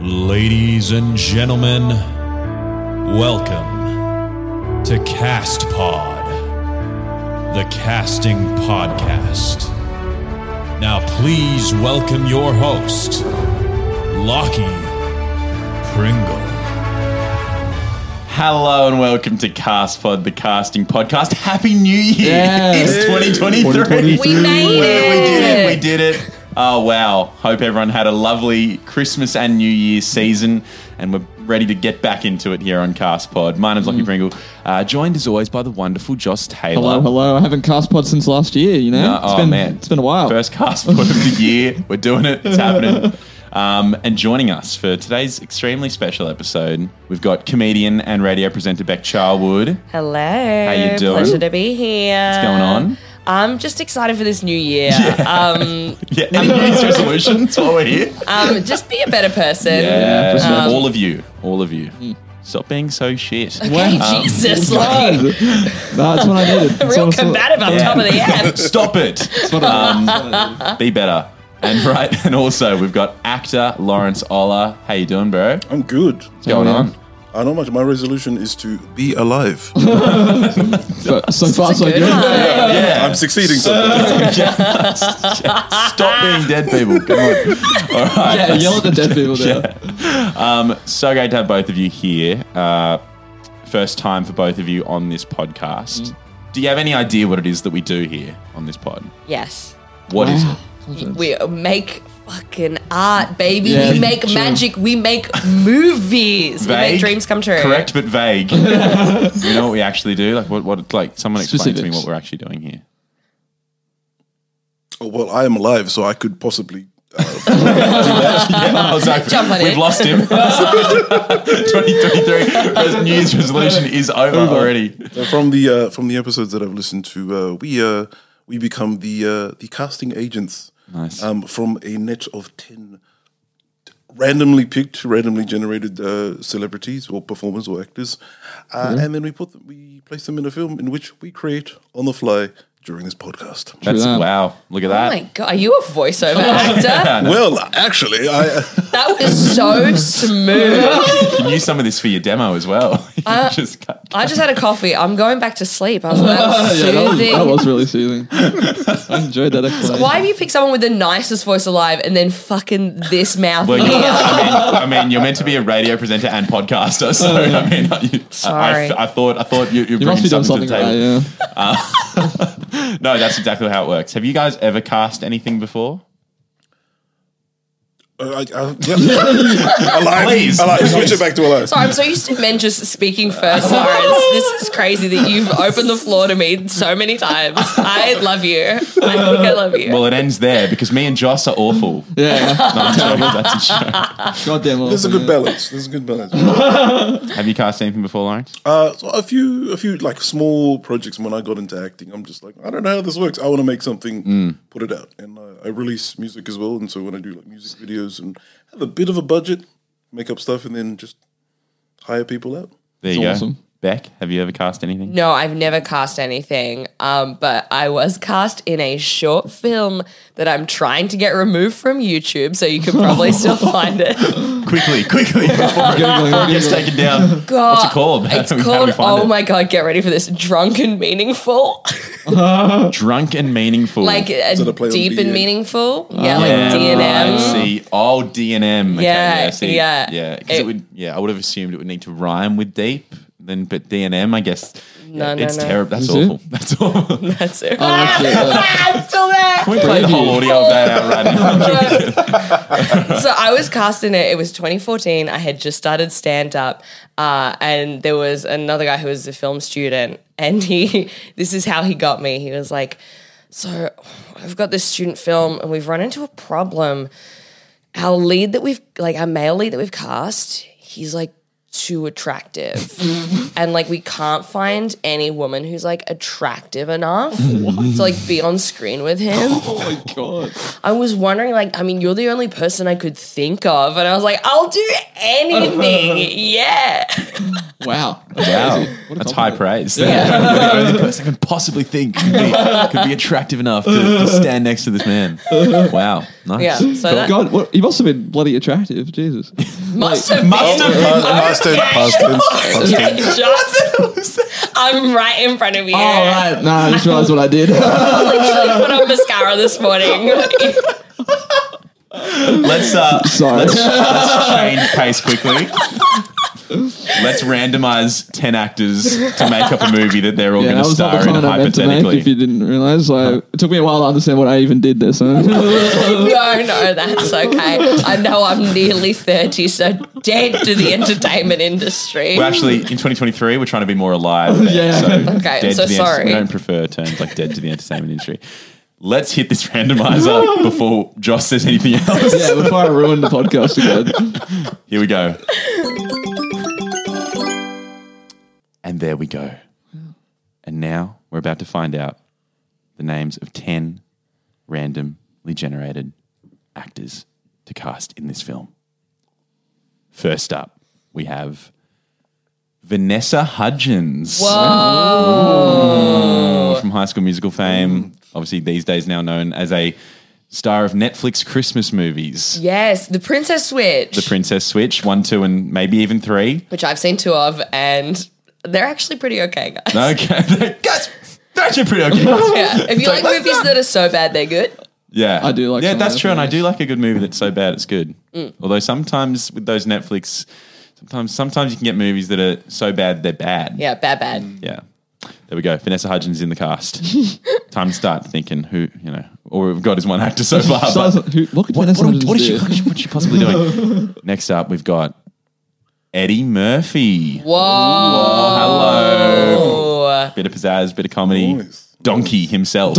Ladies and gentlemen, welcome to Cast Pod, the casting podcast. Now, please welcome your host, Lockie Pringle. Hello and welcome to CastPod, the casting podcast. Happy New Year! Yes. It's 2023. 2023. We made We did it. it. We did it. Oh wow! Hope everyone had a lovely Christmas and New Year season, and we're ready to get back into it here on CastPod. My name's Lockie Pringle, uh, joined as always by the wonderful Joss Taylor. Mm. Hello, hello. I haven't cast pod since last year, you know? No, It's oh been, man, It's been a while. First cast pod of the year. We're doing it. It's happening. Um, and joining us for today's extremely special episode, we've got comedian and radio presenter Beck Charwood. Hello. you doing? Pleasure to be here. What's going on? I'm just excited for this new year. Um, Yeah, any New Year's resolutions while we're here? um, just be a better person. Yeah, for sure. um, all of you, all of you. Mm. Stop being so shit. Hey, Wow. Jesus, God. like, Um, no, that's what I needed. It's real almost- combative on top of the app. Stop it. That's what I needed. Um, Be better. And right, and also we've got actor Lawrence Ola. How you doing, bro? What's I'm good. going yeah. on? I know much. My resolution is to be alive. But so far, so Good good. one. Yeah. I'm succeeding. So Stop being dead, people. Come on. All right. Yeah, yell at the dead people there. So great to have both of you here. Uh, first time for both of you on this podcast. Do you have any idea what it is that we do here on this pod? Yes. What is it? We make fucking art, baby. Yeah, we make true. magic. We make movies. We Vague? make dreams come true. Correct, but vague. you know what we actually do? Like what? What? Like someone explain to me Specifics. what we're actually doing here. Oh, well, I am alive, so I could possibly. Oh, Zach, Jump on we've it. lost him. 2023 res- New Year's resolution is over already. Uh, From the uh, from the episodes that I've listened to, uh, we uh, we become the uh, the casting agents. Nice. Um, from a net of ten randomly picked, randomly generated uh, celebrities or performers or actors, uh, and then we put them, we place them in a film in which we create on the fly during this podcast. That's that. wow. Look at Oh that. my god, are you a voiceover actor? Well, actually, I. That was so smooth. Can use some of this for your demo as well. You just cut- I just had a coffee. I'm going back to sleep. I was like, that was Yeah, that was, soothing. that was really soothing. I enjoyed that explanation. Why do you pick someone with the nicest voice alive and then fucking this mouth? Well, you, here? I, mean, I mean, you're meant to be a radio presenter and podcaster, so I mean, you, I, Sorry. I, I thought I thought you, You you're bringing must be doing something, something to the right, table. yeah. No, that's exactly how it works. Have you guys ever cast anything before? Uh, I, I, yeah. alive, Please. alive. Switch it back to alive. Sorry, I'm so used to men just speaking first, Lawrence. This is crazy that you've opened the floor to me so many times. I love you. I think I love you. Well, it ends there because me and Joss are awful. Yeah. No, I'm joking, that's a joke. Goddamn. There's a awesome, good yeah. balance. There's a good balance. Have you cast anything before, Lawrence? Uh, so a few, a few like small projects. When I got into acting, I'm just like, I don't know how this works. I want to make something, Mm. put it out, and uh, I release music as well. And so when I do like music videos and have a bit of a budget, make up stuff, and then just hire people out. There you It's go. awesome. Beck, have you ever cast anything? No, I've never cast anything, um, but I was cast in a short film that I'm trying to get removed from YouTube, so you can probably still find it. Quickly, quickly, before it Giggling, gets giggling. taken down. God, What's it called? How It's do we- how do we called. find Oh it? my god! Get ready for this. Drunk and meaningful. Drunk and meaningful. like uh, So they play on deep D&M. and meaningful. Yeah, Oh, Yeah, like D and I M. see. Oh, D and M. Okay, Yeah, I see. yeah. yeah. 'Cause it It- would. Yeah, I would have assumed it would need to rhyme with deep. Then, but D and M, I guess. yeah, No, no, it's no. terrible. That's Is it? awful. That's awful. Can That's it. Oh, that's it, yeah. I'm still there. we play the whole audio of that out right now? so I was cast in it. It was 2014. I had just started stand up, uh, and there was another guy who was a film student, and he. This is how he got me. He was like, "So, I've got this student film, and we've run into a problem. Our lead that we've like our male lead that we've cast, he's like." Too attractive, and like we can't find any woman who's like attractive enough to like be on screen with him. Oh, my God. I was wondering, like, I mean, you're the only person I could think of. And I was like, I'll do anything. yeah. Wow. Wow, What a that's high compliment. praise. the only person I can possibly think could be, could be attractive enough to, to stand next to this man. Wow, nice. Yeah, so that- God, what, he must have been bloody attractive. Jesus. Must have Must been. have been. Past tense, past tense, past tense. Yeah, just- I'm right in front of you. All right. Nah, I just realized what I did. I put on mascara this morning. Let's uh, Sorry. let's change pace quickly. Let's randomize ten actors to make up a movie that they're all Yeah, going that to was not the star in comment I meant to make. hypothetically. If you didn't realize, like, it took me a while to understand what I even did there. So no, no, that's okay. I know I'm nearly 30, so dead to the entertainment industry. Well, actually, in 2023, we're trying to be more alive. Yeah. So Okay, dead so to the sorry. We don't prefer terms like dead to the entertainment industry. Let's hit this randomizer before Josh says anything else. yeah, before I ruined the podcast again. Here we go. And there we go. And now we're about to find out the names of 10 randomly generated actors to cast in this film. First up, we have Vanessa Hudgens. Whoa. From High School Musical fame. Obviously, these days now known as a star of Netflix Christmas movies. Yes, the Princess Switch, The Princess Switch, one, two, and maybe even three. which I've seen two of, and they're actually pretty okay, guys. Okay, guys, that's actually pretty okay. Yeah. If you like movies that are so bad they're good, Yeah, I do like Yeah, some that's of true, and I those. do like a good movie that's so bad it's good. Although sometimes with those Netflix, sometimes sometimes you can get movies that are so bad they're bad. yeah, bad, bad. Yeah. There we go. Vanessa Hudgens in the cast. Time to start thinking who you know. All we've got is one actor so far. So I but- was like, who, what could What, Vanessa what- Hudgens what is she, do? what is she- what's she possibly doing? Next up, we've got Eddie Murphy. Whoa. Hello. Bit of pizzazz, bit of comedy. Nice. Donkey himself.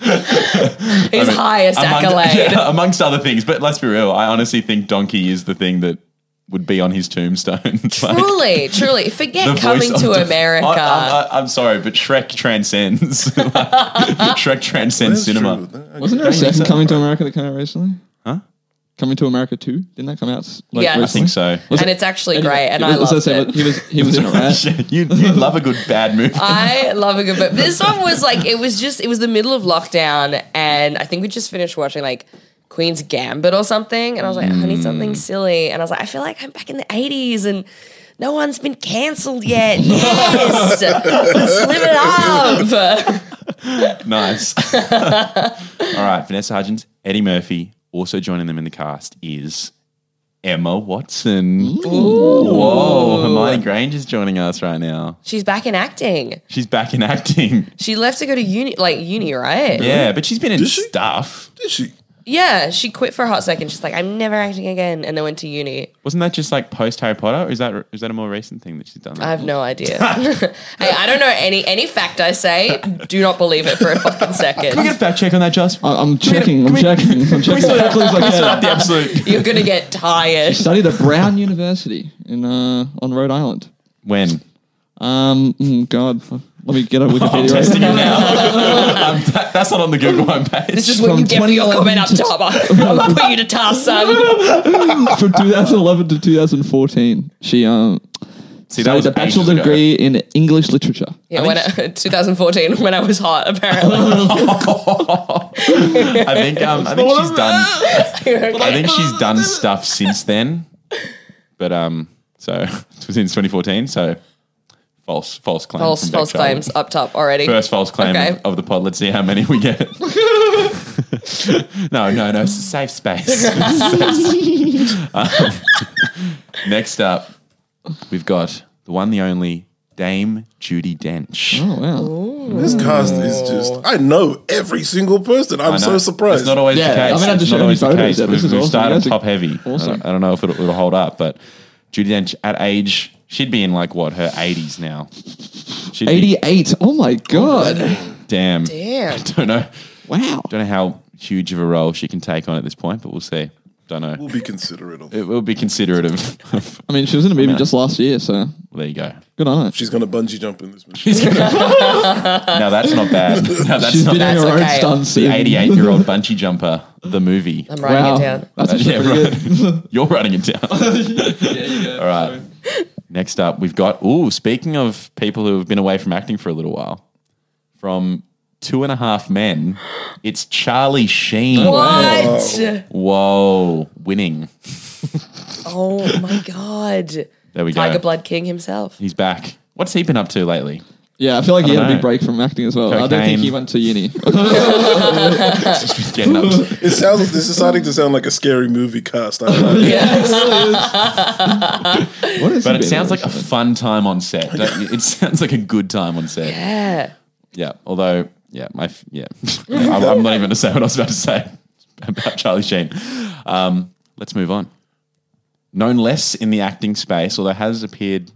His highest accolade. yeah, amongst other things. But let's be real. I honestly think Donkey is the thing that would be on his tombstone. Like, Truly, truly. the Forget voice coming of to the- America. I, am sorry, but Shrek transcends. Like, Shrek transcends That's true. cinema. That- Wasn't there a second Coming to America that came out recently? Huh? Coming to America 2? Didn't that come out? s- Like, Yeah. I I think so. and it's actually great, and It I was- love so it it. was- He was, he was in a rat. you, you love a good bad movie. I love a good book. This one was like it was just it was the middle of lockdown, and I think we just finished watching like Queen's Gambit or something, and I was like, I Mm. need something silly, and I was like, I feel like I'm back in the '80s, and no one's been cancelled yet. Yes, let's live it up. Nice. All right, Vanessa Hudgens, Eddie Murphy. Also joining them in the cast is Emma Watson. Whoa, Hermione Granger's joining us right now. She's back in acting. She's back in acting. She left to go to uni, like uni, right? Yeah, but she's been in Did she? stuff. Did she? Yeah, she quit for a hot second. She's like, I'm never acting again, and then went to uni. Wasn't that just like post Harry Potter? Or is that is that a more recent thing that she's done? I have no idea. hey, I don't know any any fact I say. Do not believe it for a fucking Can we second. get a fact check on that, Joss? I- I'm checking, I'm checking, I'm checking. Clues like, yeah. the absolute. You're gonna get tired. Studied at Brown University in uh, on Rhode Island. When? Um, mm, God, let me get a I'm Wikipedia. testing you now. Um, that- that's not on the Google homepage. This is what from you get for your 2011 comment up top. I'm gonna put you to task, son. right? From 2011 to 2014, she um See, that studied was a ages bachelor's ago. degree in English literature. Yeah, when I, 2014, when I was hot, apparently. I think um, I think she's done. I think she's done stuff since then. But um, so it was since 2014. So false, false claim. false, from Beck false Charlie. claims up top already. First false claim Okay. of, of the pod. Let's see how many we get. no, no, no. It's a safe space. Um, next up, we've got the one, the only Dame Judy Dench. Oh wow! This cast is just. I know every single person. I'm I know. so surprised. It's not always Yeah, the I case. mean, I it's just not showed always you the photos case. of We've, this. It's we've awesome. started That's top heavy. awesome. I, don't, I don't know if it'll, it'll hold up, but Judy Dench at age, she'd be in like what her eighties now. She'd be- 88. Oh my god! Damn. Damn. Don't know. Wow! Don't know how huge of a role she can take on at this point, but we'll see. Don't know. We'll be considerate of It will be considerate of. of I mean, she was in a movie Yeah. just last year, so there you go. good on her. She's going to bungee jump in this movie. No, that's not bad. No, that's She's not been in bad. That's her okay. own stunts. The in- 88 year old bungee jumper, the movie. I'm writing Wow, it down. that's actually Yeah, pretty right. good. You're writing it down. All right. Next up, we've got. Ooh, speaking of people who have been away from acting for a little while, from Two and a Half Men, it's Charlie Sheen. What? Whoa, winning. Oh my god. There we Tiger go. Blood King himself. He's back. What's he been up to lately? Yeah, I feel like he had don't a know. big break from acting as well. I don't Cocaine. think he went to uni. He's getting up to- It sounds. This is starting to sound like a scary movie cast. I don't know. What is but it sounds like a fun time on set. don't you? It sounds like a good time on set. Yeah. Yeah. Although, yeah, my f- yeah, I'm, I'm not even going to say what I was about to say about Charlie Sheen. Um, let's move on. Known less in the acting space, although has appeared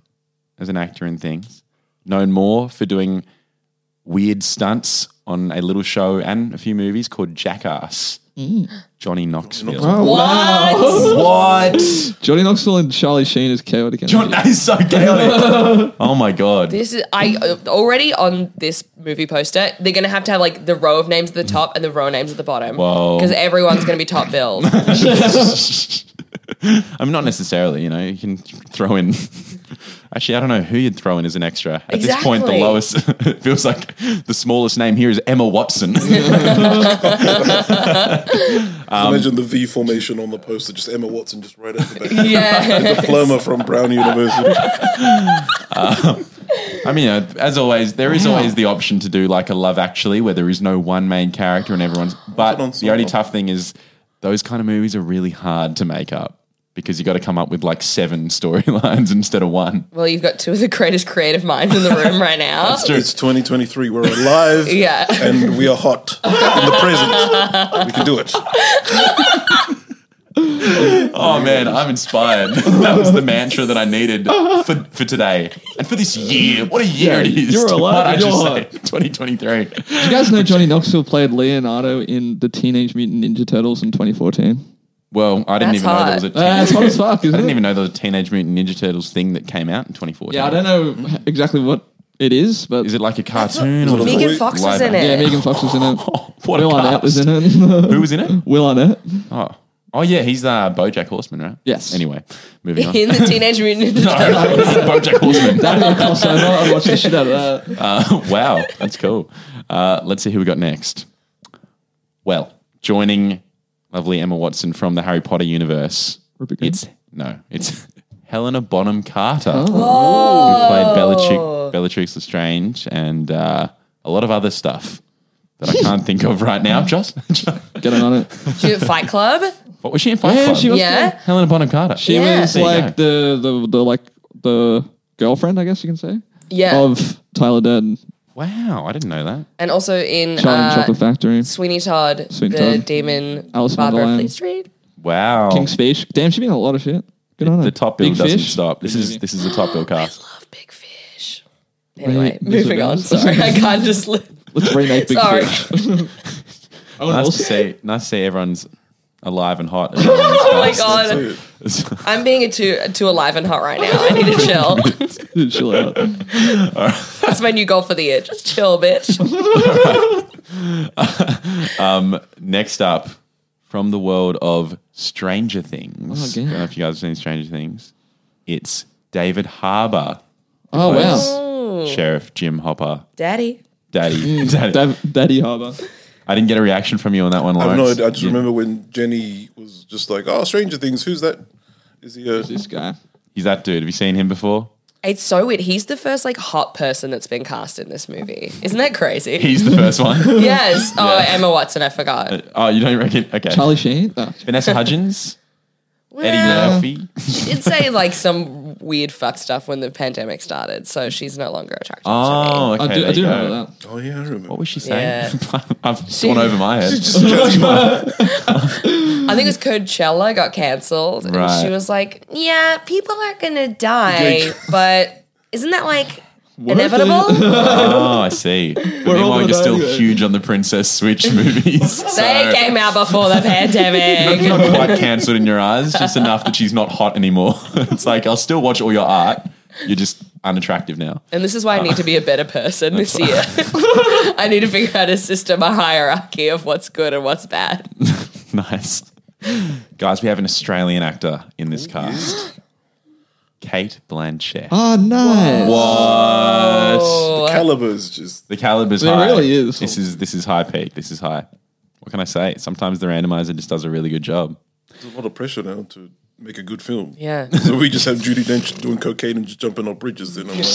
as an actor in things. Known more for doing weird stunts on a little show and a few movies called Jackass. Johnny Knoxville. Oh, wow. What? What? Johnny Knoxville and Charlie Sheen is chaotic. energy. John, that is so chaotic. oh my god. This is I uh, already on this movie poster. They're gonna have to have like the row of names at the top and the row of names at the bottom. Whoa. Because everyone's gonna be top billed. I'm not necessarily, you know, you can throw in. Actually, I don't know who you'd throw in as an extra. At this point, the Exactly. lowest it feels like the smallest name here is Emma Watson. Imagine the V formation on the poster. Just Emma Watson, just right at the back. yeah. Diploma from Brown University. I mean, uh, as always, there is always the option to do like a Love Actually, where there is no one main character and everyone's. But an the ensemble. only tough thing is those kind of movies are really hard to make up because you got to come up with like seven storylines instead of one. Well, you've got two of the greatest creative minds in the room right now. It's 2023. We're alive. Yeah. And we are hot in the present. We can do it. Oh man, I'm inspired. that was the mantra that I needed for, for today and for this year. What a year Yeah, it is. you're alive What I and just you're say, 2023. You guys know Johnny Knoxville played Leonardo in the Teenage Mutant Ninja Turtles in 2014. Well, I didn't That's even know there was a hot. Uh, teenage, it's hot as fuck, I isn't didn't it? even know there was a Teenage Mutant Ninja Turtles thing that came out in 2014. yeah, I don't know exactly what it is, but Is it like a cartoon or Megan is it Fox live was in action? it. yeah, Megan Fox was in it. What a Will Arnett cast. was in it. Who was in it? Will Arnett. Oh, oh yeah, he's uh, BoJack Horseman, right? Yes. Anyway, moving on. in the Teenage Mutant Ninja Turtles. BoJack Horseman. That'd be a crossover. I'd watch the shit out of that. wow, that's cool. Uh, let's see who we got next. Well, joining lovely Emma Watson from the Harry Potter universe. Rupert Grint? It's no, it's Helena Bonham Carter, Oh. who played Bellatrix, Bellatrix Lestrange, and uh, a lot of other stuff that I can't think of right now. Just Getting on it. She was at Fight Club. what was she in Fight Yeah, Club? she was- Yeah. Helena Bonham Carter. She Yeah. was There you like the, the the like the girlfriend, I guess you can say, Yeah. of Tyler Durden, wow, I didn't know that. and also in Charlie and uh, Chocolate Factory, Sweeney Todd, Sweeney the Todd. demon Alice in Barbara Wonderland. Fleet Street. Wow, King's Speech. Damn, she been in a lot of shit. Good on her. the top bill Big doesn't Fish. stop. This is this is the top bill cast. Love Big Fish. Anyway, Wait, this moving is- on. Sorry, I can't just. Li- Let's remake Big Sorry. Fish. Owen Nice to Wilson. see. Nice to see everyone's alive and hot. oh Oh my god, So, I'm being a too too alive and hot right now. I need to chill. Dude, chill out. That's my new goal for the year. Just chill, bitch. Next up, from the world of Stranger Things. Oh, yeah. I don't know if you guys have seen Stranger Things. It's David Harbour, Oh wow. plays Sheriff Jim Hopper, Daddy. Daddy. Daddy. Dav- Daddy Harbour. I didn't get a reaction from you on that one, I Lawrence. don't know. I just You- remember when Jenny was just like, "Oh, Stranger Things. Who's that? Is he a?" This guy. He's that dude. Have you seen him before? It's so weird. He's the first like hot person that's been cast in this movie. Isn't that crazy? He's the first one. yes. Oh, Emma Watson. I forgot. oh, you don't reckon? Okay. Charlie Sheen. Oh, Vanessa Hudgens, Eddie Well, Murphy. she did say like some weird fuck stuff when the pandemic started, so she's no longer attractive Oh, okay. I do, there I you do go. remember that. Oh yeah, I remember. What was she saying? Yeah. I've gone over my head. to me. I think it was Coachella got cancelled, Right. and she was like, "Yeah, people are gonna die, but isn't that like Inevitable. Oh, I see. all Meanwhile, gonna you're still die. huge on the Princess Switch movies. they so- came out before the pandemic. not quite cancelled in your eyes, just enough that she's not hot anymore. it's like, I'll still watch all your art. You're just unattractive now. And this is why I need to be a better person this year. I need to figure out a system, a hierarchy of what's good and what's bad. Nice. Guys, we have an Australian actor in this cast Kate Blanchett. Ah, nice. What? Oh, Caliber is just The caliber's It high. really is. This is this is high peak. This is high. What can I say? Sometimes the randomizer just does a really good job. there's a lot of pressure now to make a good film. yeah. So we just have Judy Dench doing cocaine and just jumping off bridges. And I'm like,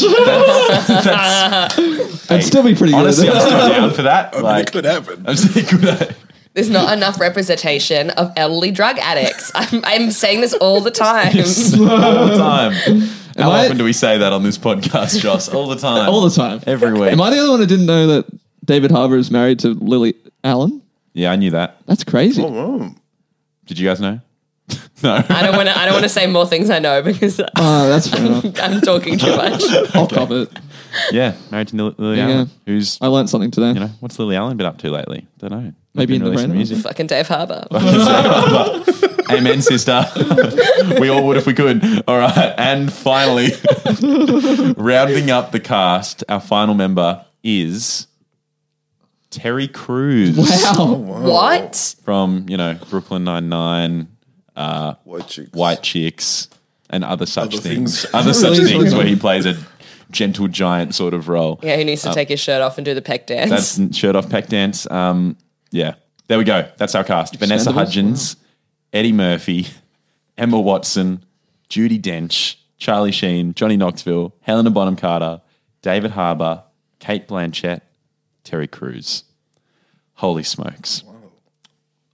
I'd still be pretty Honestly, good. I'm still down for that. I mean, Like, it could happen. I'm still good at it. There's not enough representation of elderly drug addicts. I'm, I'm saying this all the time. all the time. How I- often do we say that on this podcast, Joss? All the time. All the time. Every week. Am I the only one who didn't know that David Harbour is married to Lily Allen? yeah, I knew that. That's crazy. Oh, Did you guys know? no. I don't want to. I don't want to say more things I know because Uh. Oh, that's fair enough. I'm talking too much. I'll cop it. Yeah, married to Lil- Lily There you Allen. go. Who's I learned something today. you know what's Lily Allen been up to lately? Don't know. Maybe Been in the releasing brain. music. Fucking Dave Harbour. Amen, sister. we all would if we could. All right, and finally, rounding up the cast, our final member is Terry Crews Oh. Wow. What? from you know Brooklyn Nine Nine, white chicks. White Chicks, and other such Other things. things. Other such Really? things where he plays a gentle giant sort of role. Yeah, who needs to take his shirt off and do the pec dance? Uh, That's shirt off peck dance. Um, yeah, there we go. That's our cast: Vanessa Expendables? Hudgens, Eddie Murphy, Emma Watson, Judy Dench, Charlie Sheen, Johnny Knoxville, Helena Bonham Carter, David Harbour, Kate Blanchett, Terry Crews. Holy smokes!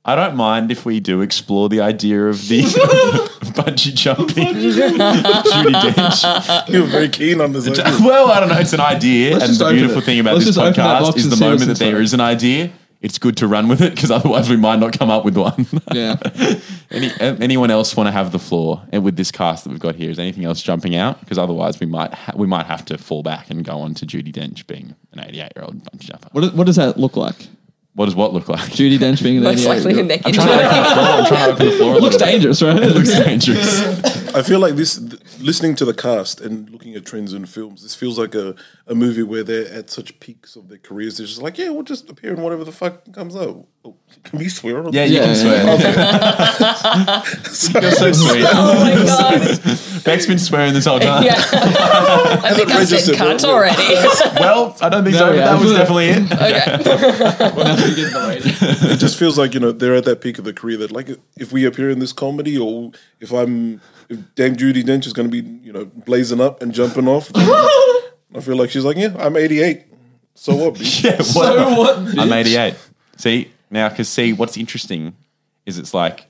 I don't mind if we do explore the idea of the bungee jumping. Judy Dench. You were very keen on this. idea. Well, I don't know. It's an idea, and just the open beautiful it. thing about Let's this just open that podcast box is and the see what's moment that there inside. is an idea, it's good to run with it because otherwise we might not come up with one. Yeah. Any, um, anyone else want to have the floor? And with this cast that we've got here, is anything else jumping out? Because otherwise we might ha- we might have to fall back and go on to Judy Dench being an 88 year old bunch jumper. What, what does that look like? What does what look like? Judy Dench being an Most 88 likely a year-old. naked I'm chick. trying to open the floor. I'm trying to open the floor. a Looks little bit. dangerous, right? It looks dangerous. I feel like this. th- Listening to the cast and looking at trends in films, this feels like a, a movie where they're at such peaks of their careers. They're just like, yeah, we'll just appear in whatever the fuck comes out. Oh, can we swear? On Yeah, this? you can Yeah, swear. You're so sweet. Oh my god. Beck's been swearing this whole time. Yeah. I think I've said registered, cunt no, no. already. Well, I don't think so, yeah. but that was definitely it. Okay. it just feels like you know they're at that peak of their career. That like if we appear in this comedy, or if I'm, if Dame Judy Dench is going to be you know blazing up and jumping off, I feel like she's like, yeah, I'm 88. So what? bitch? Yeah, So whatever. what? I'm bitch? 88. See, now, because see, what's interesting is it's like,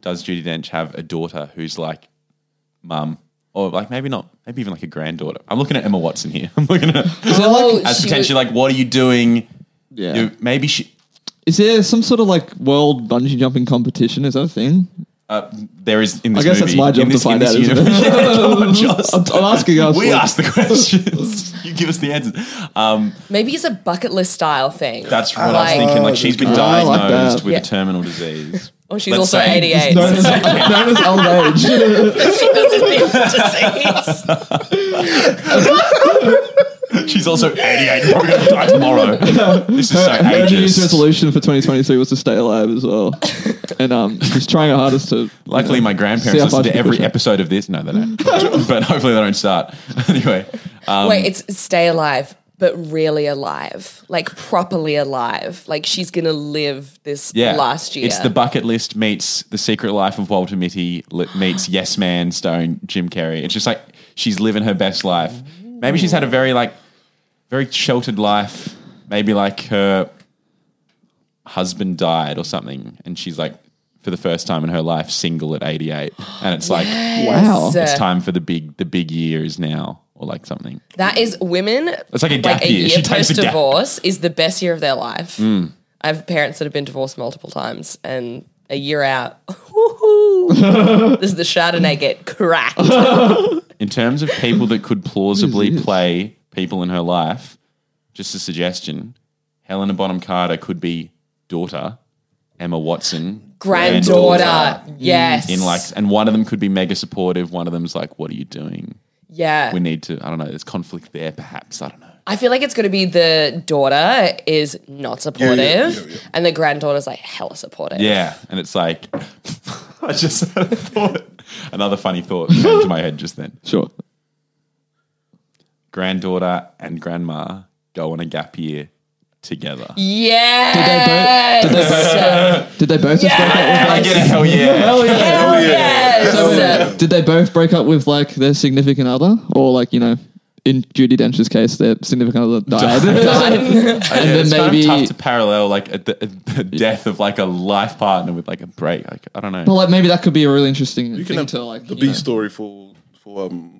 does Judy Dench have a daughter who's like mum? Or like maybe not, maybe even like a granddaughter. I'm looking at Emma Watson here. I'm looking at her Is there, like- Oh, as she potentially like, what are you doing? yeah. You- maybe she, Is there some sort of like world bungee jumping competition? Is that a thing? there is in this I guess movie, that's my job in this, to find in this out. Isn't universe- it? Come on, Joss. I'm, I'm asking us. we like, asked the questions. you give us the answers. Um, Maybe it's a bucket list style thing. that's what I Like- was thinking. Like she's been I like diagnosed that. with Yeah. a terminal disease. oh, she's let's also say- 88. Known as, known as old age. she doesn't need disease. She's also 88, probably going to die tomorrow. This is so Her New Year's ageist. resolution for 2023 was to stay alive as well, and um, she's trying her hardest to. Luckily, my grandparents See how listen far she to can every push it. episode of this. No, they don't. but hopefully, they don't start. anyway, um, Wait, it's it's stay alive, but really alive. Like properly alive. Like she's going to live this yeah, last year. it's the bucket list meets the Secret Life of Walter Mitty li- meets Yes Man starring Jim Carrey. It's just like she's living her best life. Maybe she's had a very like very sheltered life. Maybe like her husband died or something, and she's like for the first time in her life single at 88, and it's like. Wow. Yes. it's time for the big the big year is now or like something. That is women. It's like a gap year. She takes post a gap. Hmm. divorce is the best year of their life. I have parents that have been divorced multiple times, and a year out, woohoo, this is the Chardonnay get cracked. In terms of people that could plausibly this? play people in her life. Just a suggestion: Helena Bonham Carter could be daughter, Emma Watson, Granddaughter. Yes. in like, and one of them could be mega supportive. One of them's like, "What are you doing? yeah. We need to." I don't know. There's conflict there, perhaps. I don't know. I feel like it's going to be the daughter is not supportive, yeah, and the granddaughter's like hella supportive. Yeah, and it's like, I just had a thought. Another funny thought came to my head just then. Sure. Granddaughter and grandma go on a gap year together. Yes. Did they Did they both just break up with I get a hell yeah. Hell yeah. uh, yeah. yes. Hell yeah. Did they both break up with like their significant other, or like you know, in Judy Dench's case, their significant other died? and then it's maybe- kind of tough to parallel like a, d- a death of like a life partner with like a break. Like, I don't know. But like maybe that could be a really interesting You thing can have to like. the you B know. story for for um,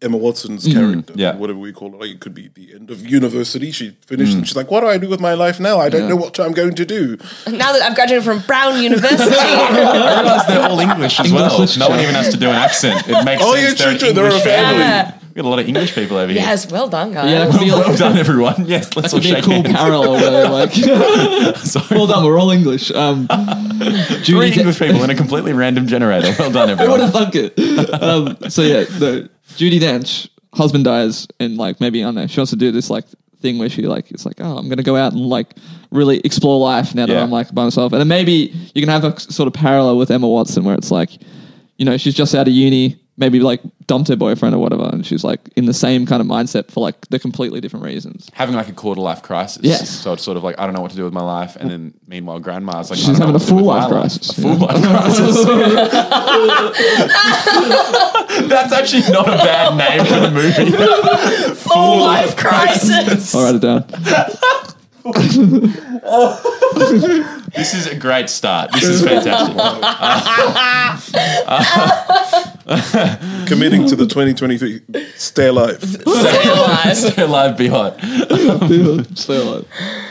Emma Watson's Mm-hmm. character, yeah. whatever we call it. Like it could be the end of university. She Mm. finished, and she's like, "What do I do with my life now? I don't know what I'm going to do." Now that I've graduated from Brown University, I realize they're all English as well. English. No one even has to do an accent. It makes Oh, yeah, sense. true, an true. They're a English family. We got a lot of English people over here. yes, well done, guys. Yeah, that could be, Well like, done, everyone. Yes, let's all could be a shake cool hands. parallel where like, well done, we're all English. Um, Three Judy De- English people in a completely random generator. Well done, Who would everyone. have thunk it? Um, so yeah, the Judy Dench husband dies, and like maybe I don't know. She wants to do this like thing where she like it's like oh I'm gonna go out and like really explore life now Yeah. that I'm like by myself, and then maybe you can have a sort of parallel with Emma Watson where it's like you know she's just out of uni. Maybe like dumped her boyfriend or whatever, and she's like in the same kind of mindset for like the completely different reasons. Having like a quarter life crisis. Yes. So it's sort of like I don't know what to do with my life, and then meanwhile, grandma's like I She's don't know having a what to do full with my life crisis, A full life crisis. That's actually not a bad name for the movie. full life crisis. I'll write it down. This is a great start. This is fantastic. Committing to the 2023, stay alive. Stay alive, be hot. Still, like,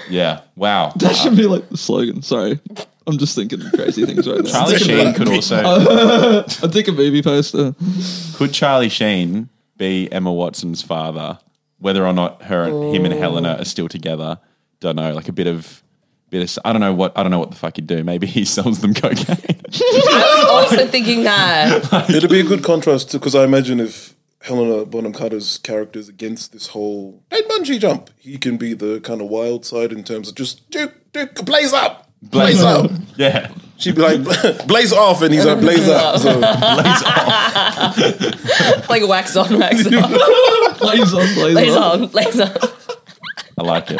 Yeah. Wow. that should be like the slogan. Sorry, I'm just thinking crazy things right now. Charlie Sheen could also I'll take a baby poster. could Charlie Sheen be Emma Watson's father? Whether or not her and him and Helena are still together, don't know. Like a bit of bit of I don't know what I don't know what the fuck he'd do. Maybe he sells them cocaine. I was also thinking that. It'd be a good contrast because I imagine if Helena Bonham Carter's character is against this whole "Don't bungee jump," he can be the kind of wild side in terms of just duke, duke, blaze up, blaze, Blaze up. yeah. She'd be like blaze off, and he's like blaze up. So Like wax on, wax on, Blaze on, blaze, lays on. on, lays on. I like it.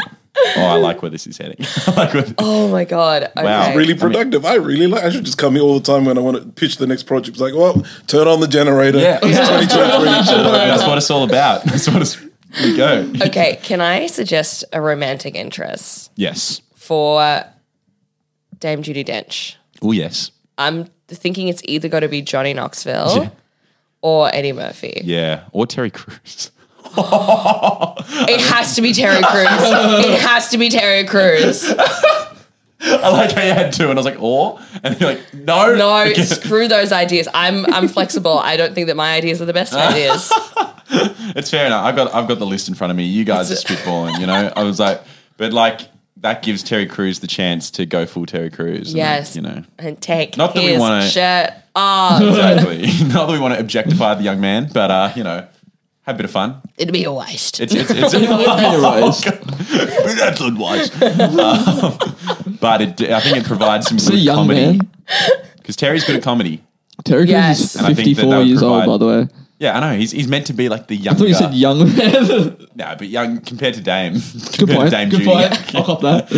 Oh, I like where this is heading. I like where Oh my god. Okay. Wow. really productive. I really like. I should just come here all the time when I want to pitch the next project. It's like, well, turn on the generator. Yeah. It's 2023. that's what it's all about. That's what it's here we go. Okay, can I suggest a romantic interest Yes. for Dame Judy Dench? Oh yes. I'm thinking it's either got to be Johnny Knoxville Yeah. or Eddie Murphy. Yeah. Or Terry Crews. It has to be Terry Crews. it has to be Terry Crews. I like how you had two, and I was like, or, and you're like, no, No, Again. screw those ideas. I'm I'm flexible. I don't think that my ideas are the best ideas. It's fair enough. I've got I've got the list in front of me. You guys are spitballing, you know. I was like, but like that gives Terry Crews the chance to go full Terry Crews. and, Yes. you know And take Not that we his wanna- shirt off. exactly. Not that we want to objectify the young man, but uh, you know, have a bit of fun. It'd be a waste. It's it's Oh, it's. Anyways, But that's unwise. Um, but it, I think it provides some a good young comedy man. because Terry's good at comedy. Terry Crews Yes. is And I think that 54 that would years old, provide- by the way. Yeah, I know. He's, he's meant to be like the younger. I thought you said young man. No, but young compared to Dame. Good point. compared to Dame Good Judy. point. I'll cop that.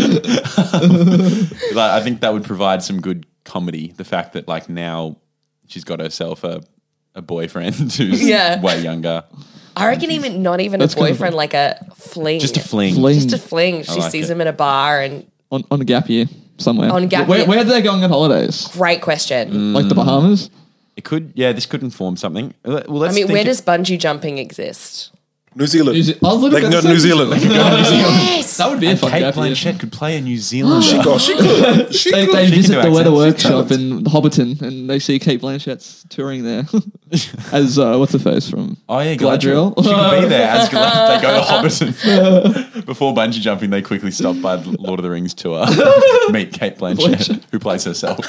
Like, I think that would provide some good comedy. The fact that like now she's got herself a, a boyfriend who's Yeah. way younger. I reckon even not even That's a kind of- boyfriend, like a fling. Just a fling. Fling. Just a fling. She like sees it. him in a bar and On, on a gap year somewhere. On gap where, year. Where are they going on holidays? great Mm, question. Like Hmm. the Bahamas? It could, yeah. This could inform something. Well, I let's mean, think where does bungee jumping exist? New Zealand. New Ze- I was literally like about to no, New say- Zealand. Yes. That would be a fucking Kate happy Blanchett could play a New Zealand. she, oh, she could. She They, could. they can do visit the accents. Weather She's Workshop in Hobbiton and they see Kate Blanchett's touring there as uh, what's her face from Oh yeah, Galadriel. She could be there as Galadriel. They go to Hobbiton before bungee jumping. They quickly stop by the Lord of the Rings tour. Meet Kate Blanchett, Blanchett. who plays herself.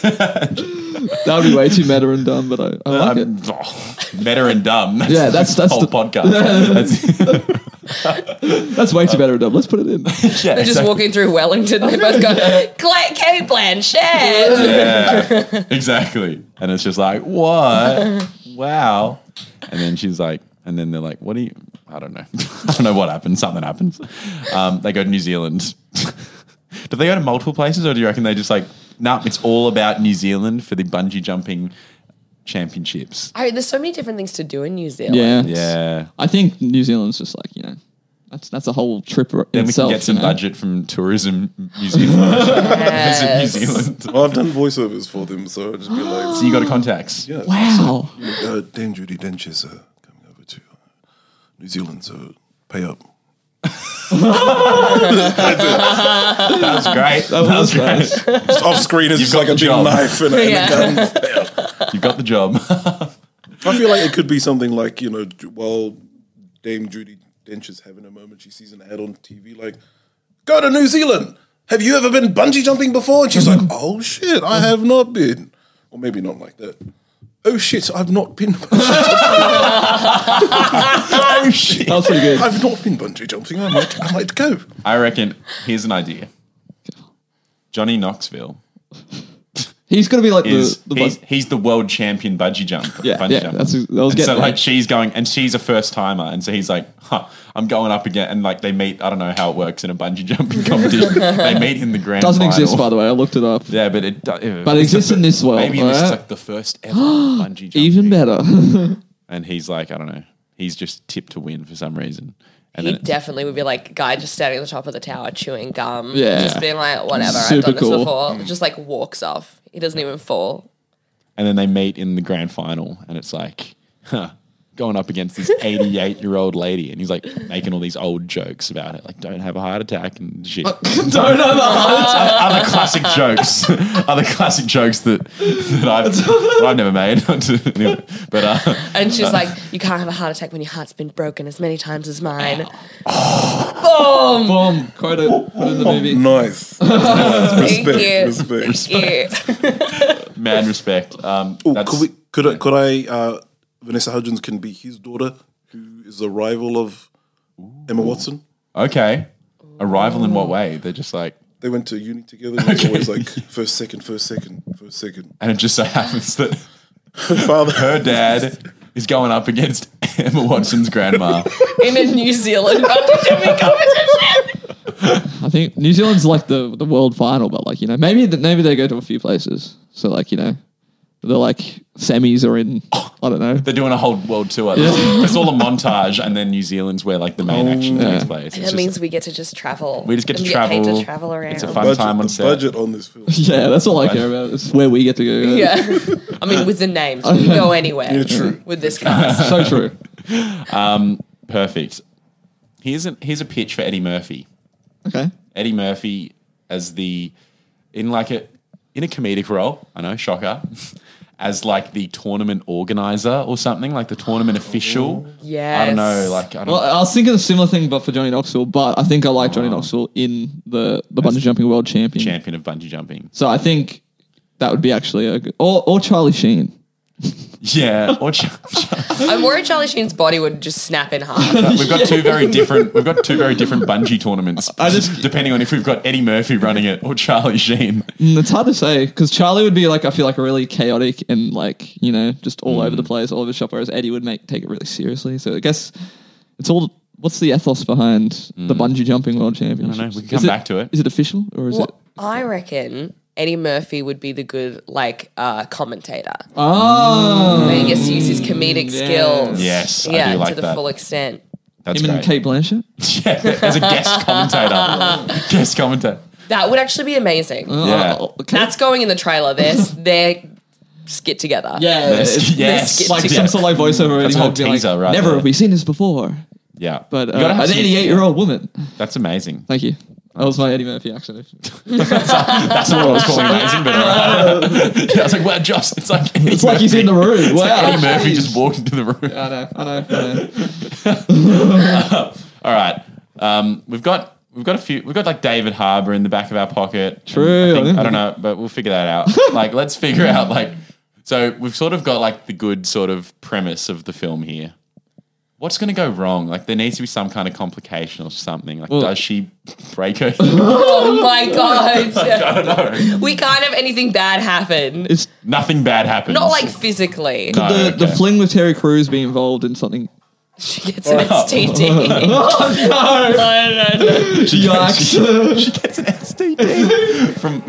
That would be way too meta and dumb, but I, I like it. Um, oh, meta and dumb. That's Yeah, that's- that's the whole the- podcast. That's- That's way too meta and dumb. Let's put it in. yeah, They're just exactly. walking through Wellington. They both go, Cla- Kate Blanchett. Yeah, exactly. And it's just like, what? wow. And then she's like, and then they're like, what do you? I don't know. I don't know what happened. Something happens. Um, they go to New Zealand. do they go to multiple places, or do you reckon they just like, no, it's all about New Zealand for the bungee jumping championships? I, there's so many different things to do in New Zealand. Yeah. Yeah. I think New Zealand's just like, you know, that's that's a whole trip in Then we itself. can get some you know? budget from tourism New Zealand. Visit New Yes. Zealand. Well, I've done voiceovers for them, so I'd just be like, So you got a contacts. yeah. Wow. Uh, Dame Judy Dench is uh, coming over to uh, New Zealand, so pay up. That was great. That was was great. nice. Just off screen is just got like a the big job. knife and, a- and Yeah. a gun. Pay up. You got the job. I feel like it could be something like you know, Ju- while Dame Judy Dench is having a moment, she sees an ad on TV like, "Go to New Zealand. Have you ever been bungee jumping before?" And she's like, "Oh shit, I have not been." Or maybe not like that. Oh shit, I've not been. Bungee jumping. oh shit. That was pretty good. I've not been bungee jumping. I might, I might go. I reckon here's an idea. Johnny Knoxville He's going to be like is the, the he's, bus- he's the world champion bungee jump. Yeah, bungee yeah, jumper. that's- that was and getting so there. like she's going and she's a first timer, and so he's like, huh, I'm going up again, and like they meet. I don't know how it works in a bungee jumping competition. they meet in the grand. doesn't final. exist, by the way. I looked it up. Yeah, but it do- But it it's the exists in fir- this world, Maybe this is alright? like the first ever bungee jumping. Even better. And he's like, I don't know. He's just tipped to win for some reason. And He then definitely would be like guy just standing at the top of the tower chewing gum. Yeah. Just being like, whatever, I've Super done this cool. before. Just like walks off. He doesn't even fall. and then they meet in the grand final, and it's like, huh, going up against this 88 year old lady, and he's like making all these old jokes about it, like don't have a heart attack and shit. Don't know that. other classic jokes, other classic jokes that that I've, that I've never made. but uh, And she's like, you can't have a heart attack when your heart's been broken as many times as mine. Boom. Quote it. Put it in the movie. Nice. respect. you. Respect. Yeah. mad respect. Um, Ooh, that's- could we? Could I? Could I? Uh, Vanessa Hudgens can be his daughter, who is a rival of Emma Watson. okay. A rival in what way? They're just like, They went to uni together. And It's always like first, second, first, second, first, second. and it just so happens that Father, her dad is going up against Emma Watson's grandma. In a New Zealand bungee jumping competition. I think New Zealand's like the, the world final, but like, you know, maybe th- maybe they go to a few places. So, like, you know, they're like semis are in, I don't know. They're doing a whole world tour. It's all a montage, and then New Zealand's where like the main Oh, action takes place. It's That just- means we get to just travel. we just get to And travel. Get paid to travel around. It's a fun budget, time on the set. budget on this film. Yeah, that's all I care about. It's where we get to go. Yeah. I mean, with the names, we can go anywhere Mm. true. with this cast. So true. Perfect. Here's a here's a pitch for Eddie Murphy. Okay. Eddie Murphy as the in like a in a comedic role. I know, shocker. As like the tournament organizer or something, like the tournament official. I don't know, Yes. like I don't Well, um, I was thinking a similar thing, but for Johnny Knoxville. But I think I like Ah. Johnny Knoxville in the the bungee jumping world champion. champion of bungee jumping. So I think that would be actually a good, or or Charlie Sheen. Yeah. Or ch- I'm worried Charlie Sheen's body would just snap in half. we've got two very different we've got two very different bungee tournaments. I just- depending on if we've got Eddie Murphy running it or Charlie Sheen. Mm, It's hard to say because Charlie would be like I feel like really chaotic and like you know just all over Mm. the place, all over the shop. Whereas Eddie would make take it really seriously. So I guess it's all. What's the ethos behind the bungee jumping world championship? Mm. know. We can come back to it. Is it official or is it? Well, I reckon Eddie Murphy would be the good like uh, commentator. Oh, Where he gets to use his comedic yeah. skills. Yes, I Yeah, do like to the that. full extent. That's him and great. Kate Blanchett. yeah, as a guest commentator. guest commentator. That would actually be amazing. Yeah. Oh, Kate- That's going in the trailer. They're, s- they're skit together. yeah. Yes. it's- yes. like Yeah. some sort of like voiceover. That's and a whole he'd be teaser like, right Never there. have we seen this before. Yeah. But uh, gotta have an some- 88 year old woman. That's amazing. Thank you. That was my Eddie Murphy accent. That's not what I was calling amazing, but all right. yeah, I was like, wow, Josh, it's like Eddie It's like he's in the room. Wow. Eddie Murphy just walked into the room. I know, I know, I know. All right. Um, we've got we've got a few we've got like David Harbour in the back of our pocket. True. I, think- I don't know, but we'll figure that out. like let's figure out like so we've sort of got like the good sort of premise of the film here. What's going to go wrong? Like there needs to be some kind of complication or something. Like does she break her? Oh my god. I don't know. we can't have anything bad happen. It's Nothing bad happens. Not like physically. No, the, the Oh, okay. fling with Terry Crews be involved in something. She gets an STD. no, no, no. she gets, Yikes. she gets an STD from.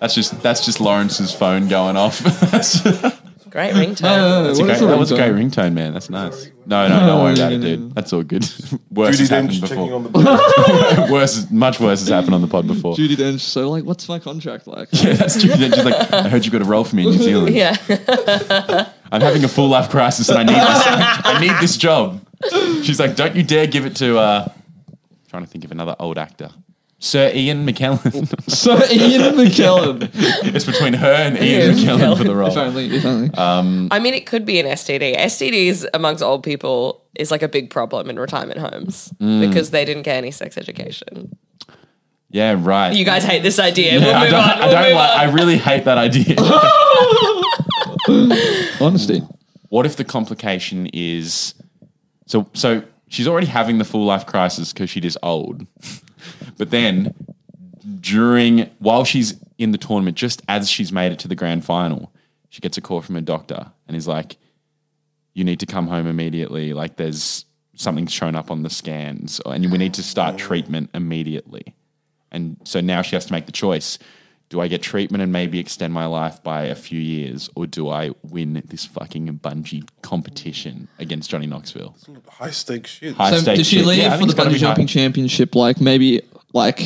That's just that's just Lawrence's phone going off. That's- Great ringtone. That's a great, that was a great ringtone, man. That's nice. No, no, don't worry about it, dude. That's all good. worse Judy has happened Dench checking before. on the worse, much worse has happened on the pod before. Judy Dench. So, like, what's my contract like? Yeah, that's Judy Dench. She's like, I heard you got a role for me in New Zealand. Yeah. I'm having a full life crisis, and I need this. I need this job. She's like, don't you dare give it to. Uh, trying to think of another old actor. Sir Ian McKellen. so, Ian McKellen. it's between her and Ian McKellen for the If role. Uh, only, if only. I mean, it could be an STD. STDs amongst old people is like a big problem in retirement homes Mm. because they didn't get any sex education. Yeah, right. You guys hate this idea. Yeah, we'll I move don't, on. I We'll don't move like. on. I really hate that idea. Honesty. what if the complication is so so she's already having the full life crisis because she is old but then during while she's in the tournament just as she's made it to the grand final she gets a call from her doctor and is like you need to come home immediately like there's something's shown up on the scans and we need to start treatment immediately and so now she has to make the choice do I get treatment and maybe extend my life by a few years, or do I win this fucking bungee competition against Johnny Knoxville? high stakes shit. High So, stakes did she shit. leave Yeah, I for think the it's gotta bungee be high. jumping championship? Like, maybe, like,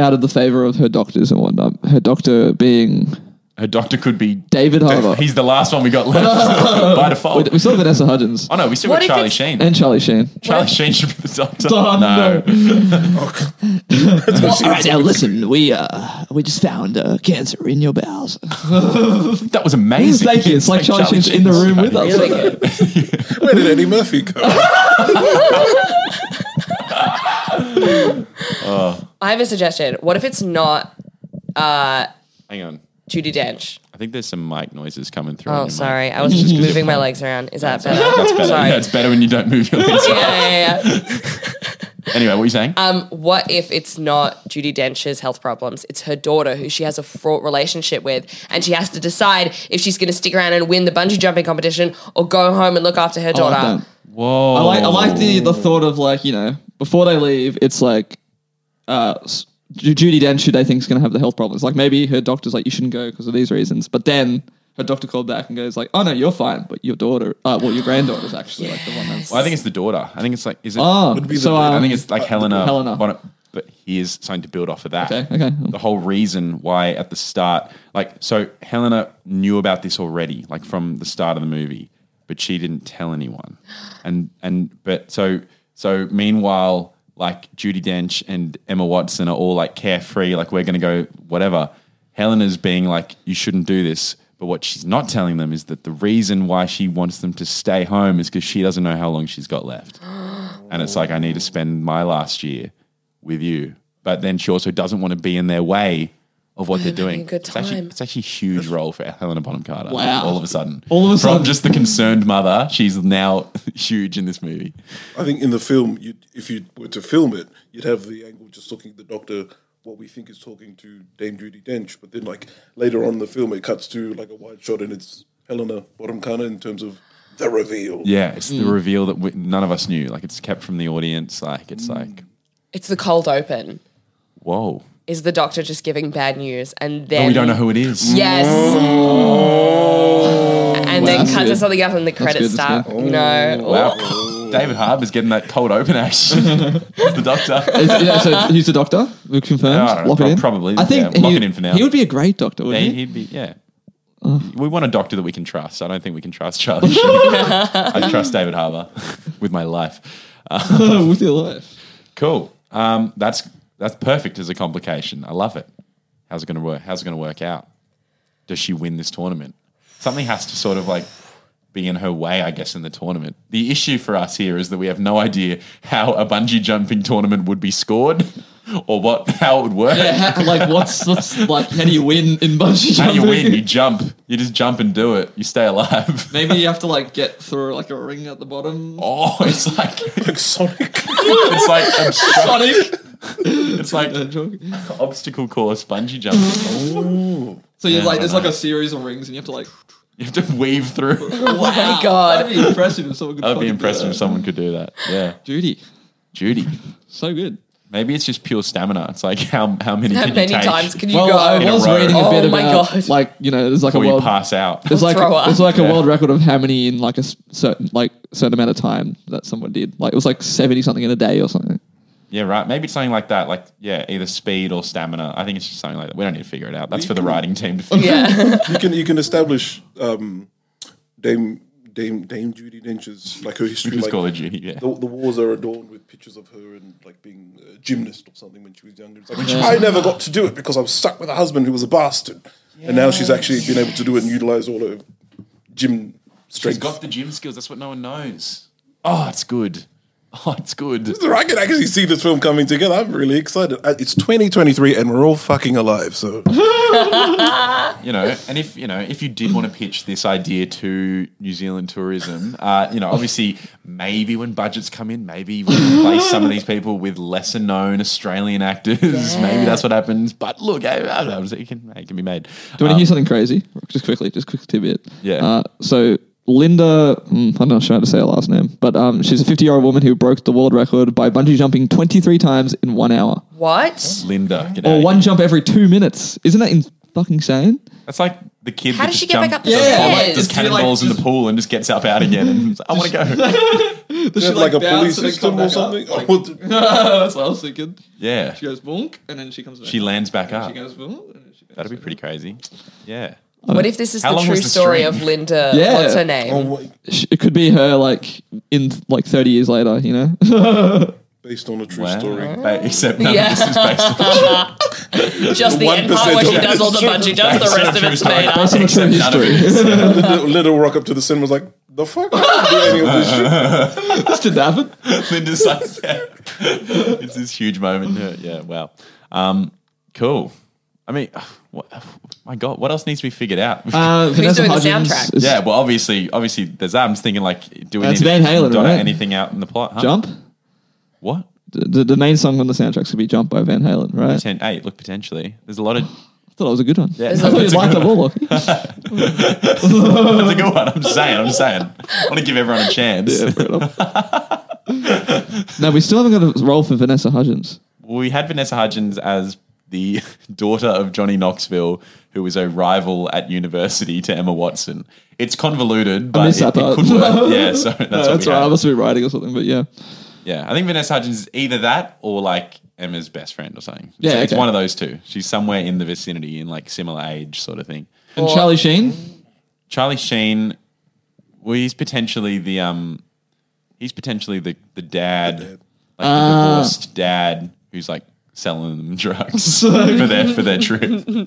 out of the favor of her doctors and whatnot? Her doctor being Her doctor could be. David Harbour. He's the last one we got left by default. we saw Vanessa Hudgens Oh no, we still What got if Charlie it's- Sheen. and Charlie Sheen. Charlie Sheen should be the doctor. Oh, no. All right, now listen, we uh, we just found uh, cancer in your bowels. that was amazing. Thank you. It's like Charlie Sheen's in the room with us. Really good. Where did Eddie Murphy go? I have a suggestion. What if it's not Hang on, Judy Dench? I think there's some mic noises coming through. on your Oh, mic. sorry. I was just moving my legs around. Is that better? Mm. That's better. Sorry. Yeah, it's better when you don't move your legs. yeah, yeah, yeah. Anyway, what are you saying? Um, What if it's not Judy Dench's health problems? It's her daughter who she has a fraught relationship with, and she has to decide if she's going to stick around and win the bungee jumping competition or go home and look after Oh, her I like daughter. that. Whoa. I like I like the Oh. the thought of like you know before they leave, it's like uh, s- Ju- Judy Dench who they think is going to have the health problems. Like maybe her doctor's like you shouldn't go because of these reasons, but then her doctor called back and goes like, oh no, you're fine, but your daughter, uh, well your granddaughter's actually like the one that's Well, I think it's the daughter. I think it's like, is it? oh be the- so um, I think it's like Helena. Helena. Bonham- but here's something to build off of that. Okay, okay. The whole reason why at the start, like, so Helena knew about this already, like from the start of the movie, but she didn't tell anyone. And and but so so meanwhile, like Judy Dench and Emma Watson are all like carefree, like we're gonna go whatever. Helena's being like, you shouldn't do this. But what she's not telling them is that the reason why she wants them to stay home is because she doesn't know how long she's got left and it's like I need to spend my last year with you. But then she also doesn't want to be in their way of what they're doing. a good It's actually time. it's actually a huge role for Helena Bonham Carter. Wow. All of a sudden. All of a From sudden. just the concerned mother, she's now huge in this movie. I think in the film, you'd, if you were to film it, you'd have the angle just talking to the doctor, what we think is talking to Dame Judy Dench. But then, like later on in the film, it cuts to like a wide shot, and it's Helena Bottom Carter in terms of the reveal. Yeah, it's Hmm. the reveal that we, none of us knew. Like it's kept from the audience. Like Hmm. it's like, It's the cold open. whoa. Is the doctor just giving bad news, and then And we don't know who it is. Yes. And then that's cut to good. something else and the credits good, that's start. You know, Wow. David Harbour's getting that cold open action. He's the doctor. it's- yeah, so he's the doctor. We confirmed. Yeah, I don't know, lock it in. probably, I think yeah, lock he- it in for now. He would be a great doctor, wouldn't He- he? He'd be, yeah. We want a doctor that we can trust. I don't think we can trust Charlie. Sheen. I trust David Harbour with my life. with your life. Cool. Um, that's that's perfect as a complication. I love it. How's it going to work? How's it going to work out? Does she win this tournament? Something has to sort of like be in her way, I guess, in the tournament. The issue for us here is that we have no idea how a bungee jumping tournament would be scored, or what how it would work. Yeah, how, like what's what's like? How do you win in bungee How jumping? you win? You jump. You just jump and do it. You stay alive. Maybe you have to like get through like a ring at the bottom. Oh, it's like Like Sonic. it's like obstru- Sonic. it's like No, joke. obstacle course bungee jumping. So you're like, there's like a series of rings, and you have to like. You have to weave through. Oh my God. That'd be impressive if someone could. I'd be fucking do impressed that. if someone could do that. Yeah, Judy, Judy. so good. Maybe it's just pure stamina. It's like how how many How can many you take times can you Well, go? I In a was row. reading a bit Oh my about God. like you know, there's like a before you world. pass out? It's like throw up. it's like a Yeah. world record of how many in like a s- certain like certain amount of time that someone did. Like it was like seventy something in a day or something. Yeah, right. Maybe it's something like that. Like yeah, either speed or stamina. I think it's just something like that. We don't need to figure it out. That's for the riding team to figure. yeah. you can you can establish um, Dame Dame Dame Judy Dench's like her history. Just like, call it Judy, yeah. The, the walls are adorned with pictures of her and like being a gymnast or something when she was younger. It's like, I never got to do it because I was stuck with a husband who was a bastard, and now she's actually been able to do it and utilize all her gym She's strength. got the gym skills. That's what no one knows. Oh, it's good. Oh, it's good. I can actually see this film coming together. I'm really excited. Uh, It's 2023 and we're all fucking alive. So You know, and if you know, if you did want to pitch this idea to New Zealand tourism, uh, you know, obviously maybe when budgets come in, maybe we replace some of these people with lesser known Australian actors. maybe that's what happens. But look, I, I don't know, it can it can be made. Um, Do you want to hear something crazy? Just quickly, just quick tidbit. Yeah. Uh, so Linda, mm, I'm not sure how to say her last name, but um, she's a 50 year old woman who broke the world record by bungee jumping 23 times in one hour, What? Linda. get out or of one here. jump every two minutes. Isn't that in fucking insane? That's like the kid How that does just she get back jumped- up the does Yeah. ball- stairs? does Just be like- cannonballs in the just- pool and just gets up out again. And is like, I want to go. Does They have, like, a police system or something. Oh, I want to- That's what I was thinking. Yeah, She goes bonk, and then she comes back. she lands back She up. goes bonk, and then she goes. That'd be pretty crazy. Yeah. What if this is How the long true was the story string? of Linda? Yeah. What's her name? Oh, wait. Sh- It could be her, like in like 30 years later. You know. based on a true Wow. story. Ba- Except none Yeah. of this is based on Just the end part 1% where she of does all the bungee jumps, the rest of it's made up. Based on true Except none of it history. is. Little, little rock up to the cinema was like, the fuck? I don't do any of this shit. This didn't happen. Linda's like, yeah. it's this huge moment. in her- Yeah, wow. Um, cool. I mean, what, my God, what else needs to be figured out? Uh, Who's doing the soundtrack? yeah, well, obviously, obviously, there's. that. I'm just thinking, like, do we That's need Van to Halen, dot right? anything out in the plot? Huh? Jump. What? The, the main song on the soundtrack could be Jump by Van Halen, right? Ten eight. Look, potentially, there's a lot of. I thought that was a good one. Yeah, I There's a- thought you that's a liked good that all. Lockie. That's a good one. I'm just saying. I'm just saying. I want to give everyone a chance. Yeah, fair enough. no, we still haven't got a role for Vanessa Hudgens. We had Vanessa Hudgens as the daughter of Johnny Knoxville, who was a rival at university to Emma Watson. It's convoluted, but missed it, that it part. could work. Yeah, so that's, No, what that's we right. had. I must be writing or something, but yeah. Yeah, I think Vanessa Hudgens is either that or like Emma's best friend or something. Yeah, So it's okay. one of those two. She's somewhere in the vicinity in like similar age sort of thing. And Charlie Sheen. Charlie Sheen, well, he's potentially the um, he's potentially the the dad, like Ah. the divorced dad who's like selling them drugs for their for their trip, something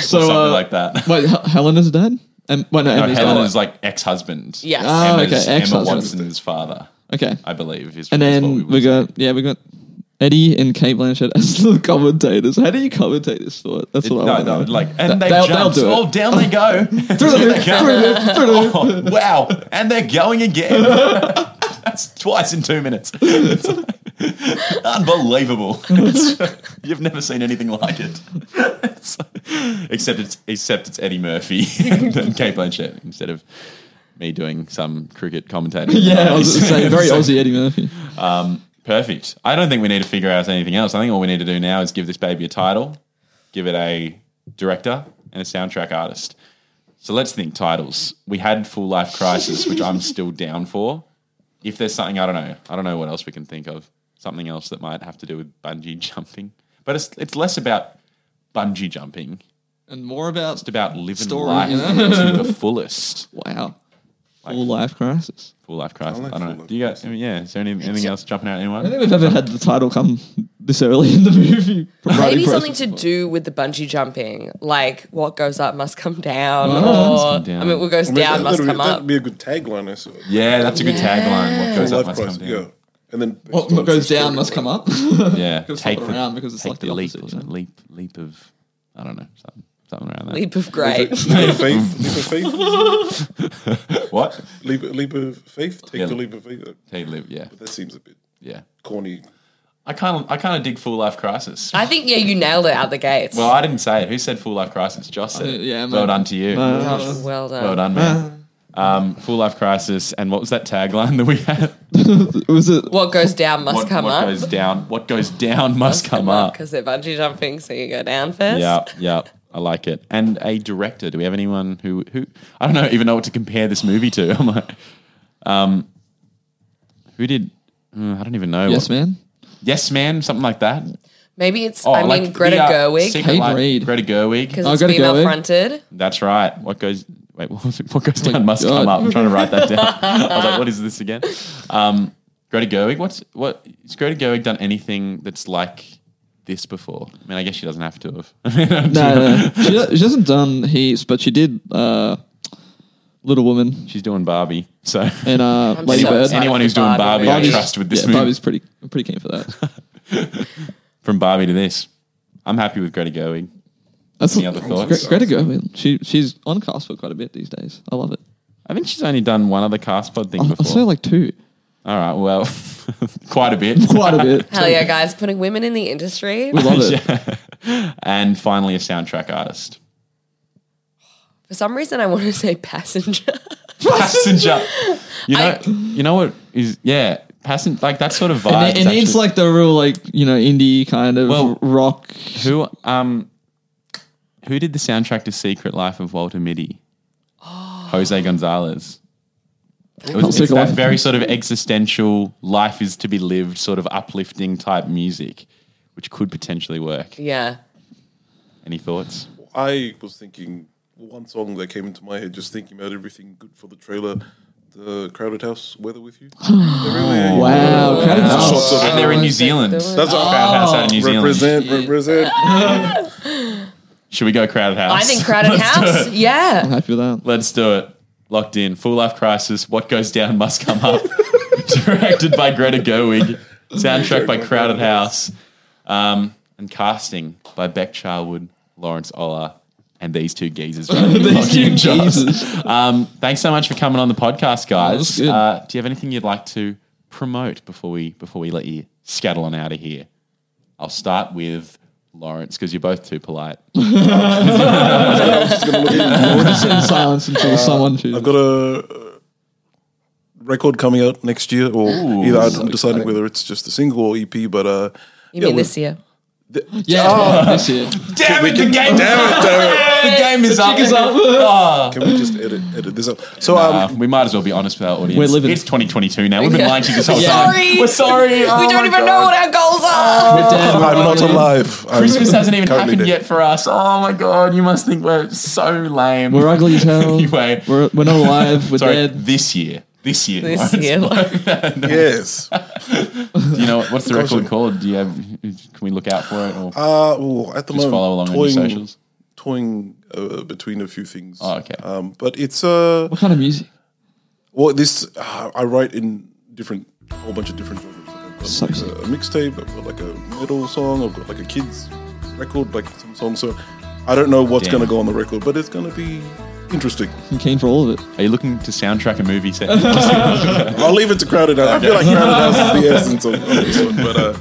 So, uh, like that. wait, Hel- Helena's dad? Em- wait, no, No, Emma's Helen dad. is like ex husband. Yes. Ah, okay, Emma ex-husband. Watson's father, okay. I believe. Is, And is what we then would we say. got, yeah, we got Eddie and Kate Blanchett as the commentators. How do you commentate this sport? That's what I No, want no, to know. like, and Th- they they'll- jump. they'll do it. Oh, down they go. Through the hoop, through the hoop, through the hoop. Oh, wow. And they're going again. That's twice in two minutes. It's unbelievable. It's- you've never seen anything like it. It's- except it's except it's Eddie Murphy and, and Kate Blanchett instead of me doing some cricket commentating. Yeah, I was gonna say, very Aussie Eddie Murphy. Perfect. I don't think we need to figure out anything else. I think all we need to do now is give this baby a title, give it a director and a soundtrack artist. So let's think titles. We had Full Life Crisis, which I'm still down for. If there's something, I don't know. I don't know what else we can think of. Something else that might have to do with bungee jumping. But it's, it's less about bungee jumping, And more about it's about living Story, life you know? to the fullest. wow. Full life crisis. Full life crisis. I, I like don't full know. life Do you guys? I mean, yeah. Is there any, anything else jumping out? Anyone? I don't think we've ever had the title come this early in the movie. Maybe something to do with the bungee jumping, like what goes up must come down, or come down. I mean, what goes I mean, down must that'd come be, up. That'd be a good tagline, I saw. Yeah, that's a good tagline. What goes Full up life must crisis, come yeah. down. And then What goes down must come up. Yeah, swap it around because it's take like the leap, opposite, wasn't it? yeah. leap, leap of, I don't know, something, something around that. Leap of great. Leap of faith. Leap of faith. What? Leap, leap of faith. Take Yeah. the leap of faith. Take leap. Yeah, That seems a bit yeah. corny. I kind of, I kind of dig full life crisis. I think yeah, you nailed it out the gates. Well, I didn't say it. Who said full life crisis? Josh said it. Yeah, man. well done to you. Gosh, well done. Well done, man. Um, full life crisis, and what was that tagline that we had? was it? What goes down must what come what up. goes down? What goes down must come up. because they're bungee jumping, so you go down first. Yeah, yeah, I like it. And a director. Do we have anyone who who I don't know even know what to compare this movie to? I'm like, um, who did? uh, I don't even know. Yes, What- man. Yes, man. Something like that. Maybe it's I mean Greta the, uh, Gerwig Secret Kate Life- Reid. Greta Gerwig. because Oh, it's Greta Gerwig. female fronted. That's right. What goes? Wait, what, was it? what Oh goes down must God. come up. I'm trying to write that down. I was like, what is this again? Um, Greta Gerwig. What's what? Has Greta Gerwig done anything that's like this before? I mean, I guess she doesn't have to have. No, no, no. She, she hasn't done heaps, but she did uh, Little Woman She's doing Barbie, so. and uh, Lady so Bird. excited. Anyone who's doing Barbie, Barbie, I Barbie's- trust with this yeah, movie. Barbie's pretty. I'm pretty keen for that. From Barbie to this, I'm happy with Greta Gerwig. That's Any other thoughts? Greta Gerwig. She she's on cast for quite a bit these days. I love it. I think she's only done one other cast pod thing I, I before. say like two, All right, well, quite a bit. quite a bit. Hell yeah, guys! Putting women in the industry We love it. and finally, a soundtrack artist. for some reason, I want to say passenger. Passenger. You know, I- you know what is yeah. Passenger, like that sort of vibe. And it, is it needs actually- like the real like you know indie kind of Well- rock. who um who did the soundtrack to Secret Life of Walter Mitty? Jose Gonzalez. It was, it's Secret that Life. very sort of existential, life is to be lived, sort of uplifting type music, which could potentially work. yeah, Any thoughts? I was thinking one song that came into my head, just thinking about everything good for the trailer. The Crowded House, Weather with You. They really are, you know, uh, Wow, Crowded House. shots of and Um, they're in New everyone. Zealand. That's what- Crowded House out in New Zealand. Represent, represent. Should we go Crowded House? I think crowded Let's do house. it. I'm Yeah, happy with that. Let's do it. Locked in. Full Life Crisis. What goes down must come up. Directed by Greta Gerwig. Soundtrack by Crowded House. Um, and casting by Beck Charwood, Lawrence Oller, and these two geezers. right? These Lockie and two Josh. geezers. Oh, Um, thanks so much for coming on the podcast, guys. was good. uh, do you have anything you'd like to promote before we before we let you scuttle on out of here? I'll start with Lawrence because you're both too polite. We're just in silence Uh, until someone chooses. I've got a uh, record coming out next year, or either I'm deciding whether it's just a single or EP. But uh, you yeah, mean we- this year? yeah, Oh. this year. Damn it, the game, Damn it, damn the game is up. it! Can we just edit edit this up? So um, Uh, we might as well be honest with our audience. We're living- It's 2022 now. We've been Yeah. lying to you this whole Yeah. time. Sorry. We're sorry. Oh. we don't even know what our goals Oh, are. I'm not alive. I'm Christmas hasn't even currently happened dead. yet for us. Oh my god, you must think we're so lame. We're ugly as hell. Anyway. We're, we're not alive. We're sorry. dead. This year. This year. This Lawrence. year, like, Yes. Uh, You know what's the record Awesome. called? Do you have? Can we look out for it or Uh, ooh, at the just moment, follow along on your toying, socials? toying uh, between a few things. Oh, okay. Um, but it's uh, What kind of music? well, this uh, I write in different, a whole bunch of different genres. Like, I've got So like sick. a mixtape. I've got like a metal song. I've got like a kids record, like some songs. So I don't know what's Damn. going to go on the record, but it's going to be interesting. I'm keen for all of it. Are you looking to soundtrack a movie set? I'll leave it to Crowded House. I feel like Crowded House is the essence of, of this one. But uh,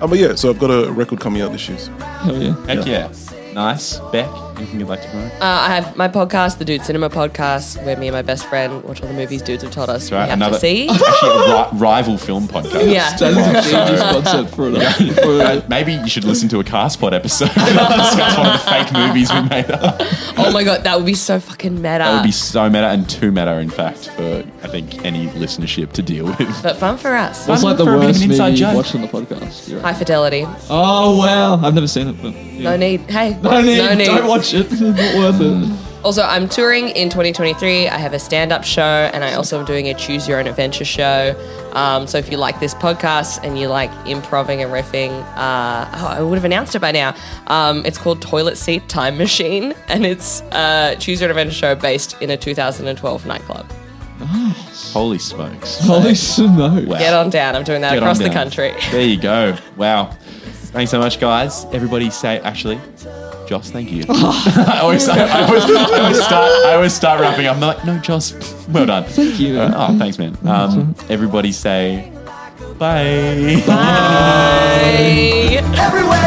uh, but yeah, so I've got a record coming out this year. so- Hell yeah. Heck yeah. Nice. Beck, anything you'd like to promote? uh, I have my podcast, the Dude Cinema Podcast, where me and my best friend watch all the movies dudes have taught us. All we right, have to see. actually a ri- rival film podcast. Yeah. That is a genius concept for it. For a- Maybe you should listen to a cast pod episode. Discuss one of the fake movies we made up. Oh my god, that would be so fucking meta. That would be so meta and too meta, in fact, for I think any listenership to deal with. but fun for us. It's like the For a bit of an worst movie inside you joke. watched on the podcast. You're right. High fidelity. Oh wow, I've never seen it. But yeah. No need. Hey. No need. Don't watch it. It's not worth it. Also, I'm touring in 2023. I have a stand up show and I also am doing a choose your own adventure show. Um, so if you like this podcast and you like improving and riffing, uh, oh, I would have announced it by now. Um, it's called Toilet Seat Time Machine and it's a choose your own adventure show based in a 2012 nightclub. Holy smokes. Holy smokes. Wow. Get on down. I'm doing that Get on across the down. country. There you go. Wow. Thanks so much, guys. Everybody say, actually, Joss, thank you. I, always, I, always, I, always start, I always start wrapping up. I'm like, no, Joss, well done. Thank you. Uh, oh, thanks, man. Um, everybody say bye. Bye. everywhere.